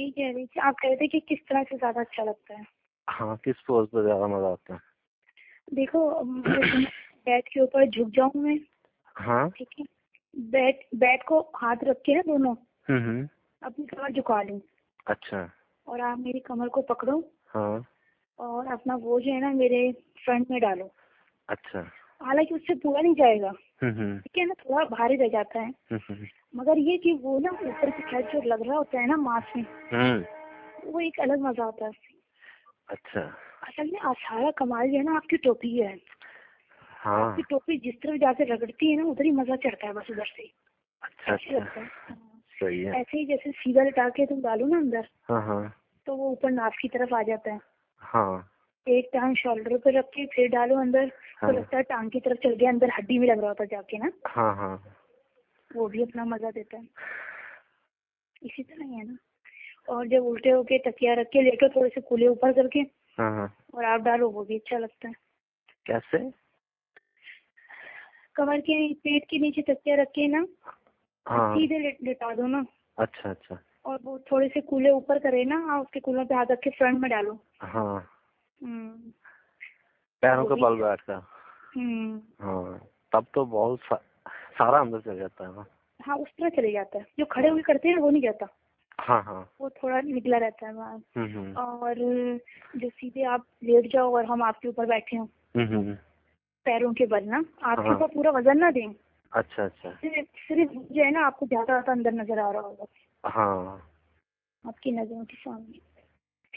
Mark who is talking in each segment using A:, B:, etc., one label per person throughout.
A: यही कह रही थी आप कह रहे थे कि किस तरह से ज़्यादा अच्छा लगता है
B: हाँ किस पोज पर ज़्यादा मज़ा आता है
A: देखो बैट के ऊपर झुक जाऊं मैं
B: हाँ
A: ठीक है बैट बैट को हाथ रखे हैं दोनों
B: हम्म हम्म,
A: अपनी कमर झुका लूं
B: अच्छा
A: और आप मेरी कमर को पकड़ो
B: हाँ
A: और अपना वो जो है ना मेरे फ्रंट में डालो
B: अच्छा
A: हालांकि उससे पूरा नहीं जाएगा
B: हम्म हम्म,
A: ठीक है ना थोड़ा भारी रह जाता है
B: हम्म, हम्म,
A: मगर ये कि वो ना ऊपर की छत जो लग रहा होता है ना मांस में
B: हम्म,
A: वो एक अलग मजा आता है
B: अच्छा
A: असल में आप सारा कमाल जो है ना आपकी टोपी ही है
B: हाँ
A: आपकी टोपी जिस तरफ जाके रगड़ती है ना उधर ही मजा चढ़ता है बस उधर से ही।
B: अच्छा
A: अच्छी लगता
B: अच्छा
A: है हाँ।
B: सही है
A: ऐसे ही जैसे सीधा लटा के तुम डालो ना अंदर
B: हाँ हाँ
A: तो वो ऊपर नाक की तरफ आ जाता है
B: हाँ
A: एक टांग शोल्डर पे रख के फिर डालो अंदर
B: हाँ।
A: तो लगता है टांग की तरफ चल गया अंदर हड्डी में लग रहा होता है जाके ना
B: हाँ हाँ
A: वो भी अपना मजा देता है इसी तरह ही है ना और जब उल्टे होके तकिया रख के लेटो थोड़े से कूले ऊपर करके
B: हाँ हाँ
A: और आप डालो वो भी अच्छा लगता है
B: कैसे
A: कमर के पेट के नीचे तकिया रख के ना
B: हाँ
A: सीधे लेट- लेटा दो ना
B: अच्छा अच्छा
A: और वो थोड़े से कूले ऊपर करे ना और उसके कूलों पे हाथ रख के फ्रंट में डालो
B: हाँ
A: हम्म
B: पैरों
A: वो
B: का
A: भी-
B: बल बैठता
A: हम्म
B: हाँ तब तो बहुत सा, सारा अंदर चल जाता है हाँ
A: हाँ उस तरह चले जाता है जो खड़े हुए करते हैं वो नहीं जाता
B: हाँ हाँ
A: वो थोड़ा निकला रहता है वहाँ
B: हम्म हम्म,
A: और जो सीधे आप लेट जाओ और हम आपके ऊपर बैठे हों
B: हम्म, हम्म,
A: पैरों के बल ना आपके
B: हाँ।
A: ऊपर पूरा वजन ना दें
B: अच्छा अच्छा
A: सिर्फ सिर्फ जो है ना आपको ज्यादा ज्यादा अंदर नजर आ रहा होगा
B: हाँ
A: आपकी नजरों के सामने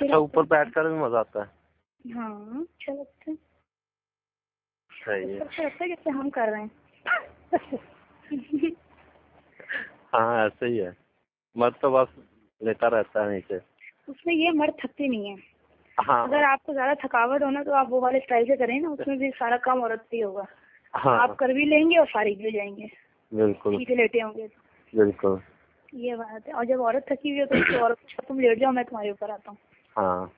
B: अच्छा
A: आप-
B: ऊपर बैठकर भी मजा आता है
A: हाँ अच्छा लगता है
B: सही
A: उसको
B: है
A: अच्छा लगता है जैसे हम कर रहे हैं
B: हाँ ऐसे ही है मर्द तो बस लेता रहता है नीचे
A: उसमें ये मर्द थकती नहीं है
B: हाँ
A: अगर आपको ज्यादा थकावट हो ना तो आप वो वाले स्टाइल से करें ना उसमें भी सारा काम औरत पे ही होगा
B: हाँ
A: आप कर भी लेंगे और फारिग भी हो जाएंगे
B: बिल्कुल
A: सीधे लेटे होंगे
B: बिल्कुल
A: ये बात है और जब औरत थकी हुई हो तो उसको औरत अच्छा तुम लेट जाओ मैं तुम्हारे ऊपर आता हूँ
B: हाँ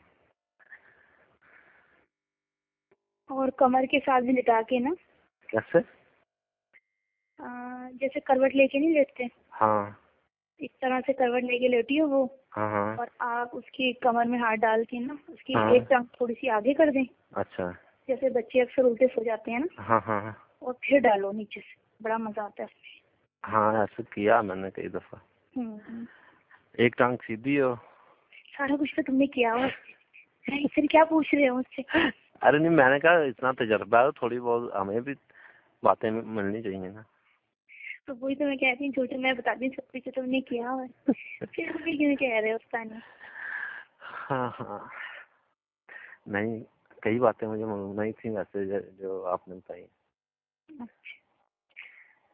A: और कमर के साथ भी लिटा के ना
B: कैसे
A: अ, जैसे करवट लेके नहीं लेटते
B: हाँ
A: इस तरह से करवट लेके लेटी हो वो
B: हाँ हाँ
A: और आप उसकी कमर में हाथ डाल के ना उसकी
B: हाँ।
A: एक टांग थोड़ी सी आगे कर दें
B: अच्छा
A: जैसे बच्चे अक्सर उल्टे सो जाते हैं ना
B: हाँ हाँ हाँ।
A: और फिर डालो नीचे से बड़ा मजा आता है उसमें
B: हाँ ऐसे किया मैंने कई दफा
A: हम्म।
B: एक टांग सीधी हो
A: सारा कुछ तो तुमने किया हुआ है। नहीं, फिर क्या पूछ रहे हो मुझसे
B: अरे नहीं मैंने कहा इतना तजर्बा है थोड़ी बहुत हमें भी बातें मिलनी चाहिए ना
A: तो वही तो मैं कहती हूँ झूठे मैं बताती हूँ सब कुछ जो तुमने किया हुआ है। फिर भी क्यों कह रहे हो उसका नहीं
B: हाँ हाँ नहीं कई बातें मुझे मालूम नहीं थी वैसे जो- जो आपने बताई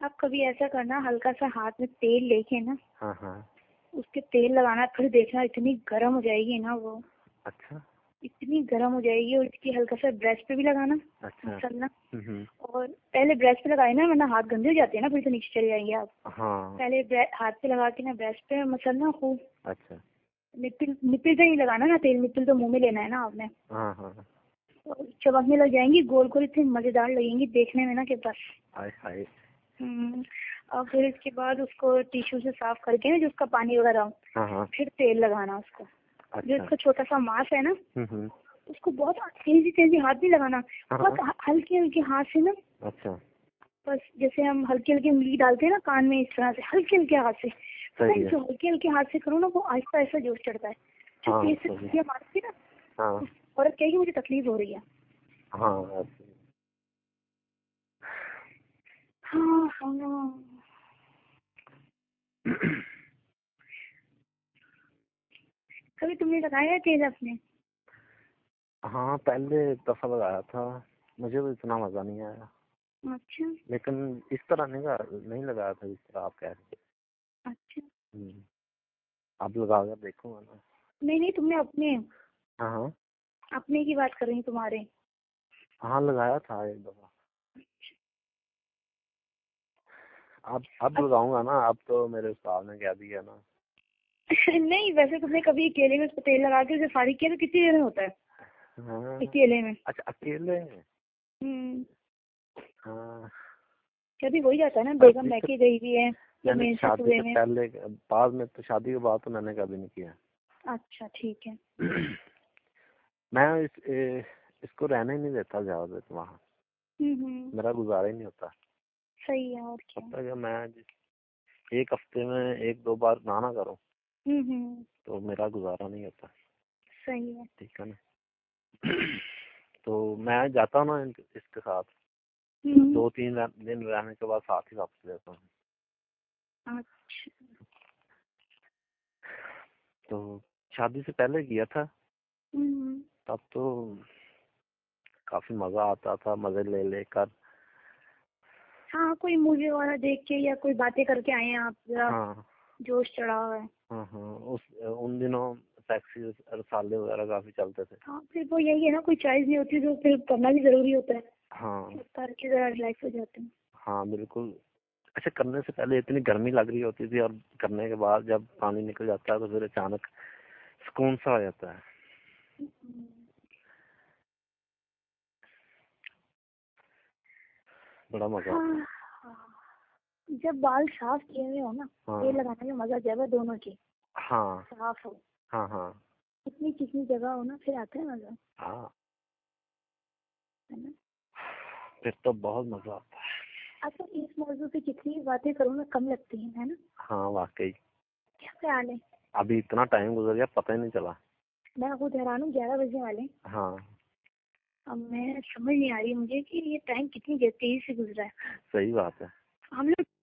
A: आप कभी ऐसा करना हल्का सा हाथ में तेल लेके ना
B: हाँ हाँ
A: उसके तेल लगाना फिर देखना इतनी गर्म हो जाएगी ना वो
B: अच्छा
A: इतनी गर्म हो जाएगी और इसकी हल्का सा ब्रेस्ट पे भी लगाना
B: अच्छा
A: मसलना
B: हम्म, हम्म,
A: और पहले ब्रेस्ट पे लगाए ना वरना हाथ गंदे हो जाते हैं ना फिर तो नीचे चले जाएंगे आप
B: हाँ
A: पहले ब्रे- हाथ पे लगा के ना ब्रेस्ट पे मसलना खूब
B: अच्छा
A: निपिल निपिल पे नहीं लगाना ना तेल निपिल तो मुंह में लेना है ना आपने
B: हाँ हाँ
A: और चमकने लग जाएंगी गोल गोल इतनी मजेदार लगेंगी देखने में ना के बस
B: हाय हाय
A: हम्म, और फिर इसके बाद उसको टिश्यू से साफ करके ना जो उसका पानी वगैरह हो,
B: हाँ हाँ
A: फिर तेल लगाना उसको जो
B: अच्छा
A: इसका छोटा सा मांस है ना
B: हम्म, हम्म,
A: उसको बहुत तेजी तेजी हाथ नहीं लगाना
B: हाँ,
A: बहुत ह- हल्के हल्के हाथ से ना
B: अच्छा
A: बस जैसे हम हल्के हल्के उंगली डालते हैं ना कान में इस तरह से हल्के हल्के हाथ से पता
B: सही
A: है
B: है
A: जो हल्के हल्के हाथ से करो ना वो आहिस्ता आहिस्ता जोश चढ़ता है जो
B: हाँ,
A: तेज से
B: सही है।
A: चुटकियां मारती है ना
B: हाँ
A: औरत कहेगी मुझे तकलीफ हो रही है
B: हाँ ऐसे ही।
A: हाँ हाँ कभी तुमने लगाया है तेल अपने
B: हाँ पहले एक दफा लगाया था मुझे तो इतना मजा नहीं आया
A: अच्छा
B: लेकिन इस तरह नहीं लगा- नहीं लगाया था जिस तरह आप कह रहे थे
A: अच्छा
B: हम्म। अब लगा कर देखूंगा ना
A: नहीं नहीं तुमने अपने
B: हाँ हाँ
A: अपने की बात कर रही हूँ तुम्हारे
B: हाँ लगाया था एक दफा अब अब लगाऊंगा ना अब तो मेरे उस्ताद ने कह दिया ना
A: नहीं वैसे तुमने कभी केले में उसको तेल लगा के उसे फारिग किया तो कितनी देर में होता है
B: हाँ
A: एक केले में
B: अच्छा अकेले हैं?
A: हम्म,
B: हाँ
A: कभी हो ही जाता है ना
B: अभी
A: बेगम
B: तो-
A: मैके गई हुई है या
B: मैंने
A: मेरे
B: शादी
A: ससुरे
B: से
A: में
B: पहले बाद में तो शादी के बाद तो मैंने कभी नहीं किया
A: अच्छा ठीक है
B: मैं इस ए, इसको रहने ही नहीं देता ज्यादा देर वहाँ
A: हम्म, हम्म,
B: मेरा गुजारा ही नहीं होता
A: सही है और क्या
B: तो जब मैं जिस- एक हफ्ते में एक दो बार नहाना करूँ
A: हम्म, हम्म,
B: तो मेरा गुजारा नहीं होता
A: सही है
B: ठीक है ना तो मैं जाता हूँ ना इनके- इसके साथ
A: हम्म,
B: दो तीन रह- दिन रहने के बाद साथ ही वापस लेता हूँ
A: अच्छा
B: तो शादी से पहले किया था
A: हम्म,
B: तब तो काफी मजा आता था मजे ले लेकर
A: हाँ कोई मूवी वगैरह देख के या कोई बातें करके आए हैं आप जरा
B: हाँ
A: जोश चढ़ा हुआ है
B: हाँ हाँ उस उन दिनों टैक्सी रसाले वगैरह काफी चलते थे
A: हाँ फिर वो यही है ना कोई चॉइस नहीं होती तो फिर करना भी जरूरी होता है
B: हाँ
A: करके जरा रिलैक्स हो जाते हैं
B: हाँ बिल्कुल अच्छा करने से पहले इतनी गर्मी लग रही होती थी और करने के बाद जब पानी निकल जाता है तो फिर अचानक सुकून सा आ जाता है
A: हम्म,
B: बड़ा मजा आता है।
A: हाँ, हाँ। जब बाल साफ किए हुए हो ना तेल
B: हाँ
A: लगाने में मजा जब है दोनों की
B: हाँ
A: साफ हो
B: हाँ हाँ
A: इतनी चिकनी जगह हो ना फिर आता है मजा
B: हाँ
A: है ना
B: फिर तो बहुत मजा आता है
A: अच्छा इस मौजूद पे जितनी भी बातें करूँ ना कम लगती हैं है ना
B: हाँ वाकई
A: क्या ख्याल है
B: अभी इतना टाइम गुजर गया पता ही नहीं चला
A: मैं खुद हैरान हूँ ग्यारह बजने वाले हैं।
B: हाँ
A: अब मैं समझ नहीं आ रही मुझे कि ये टाइम कितनी देर तेजी से गुजरा है
B: सही बात है
A: हम लोग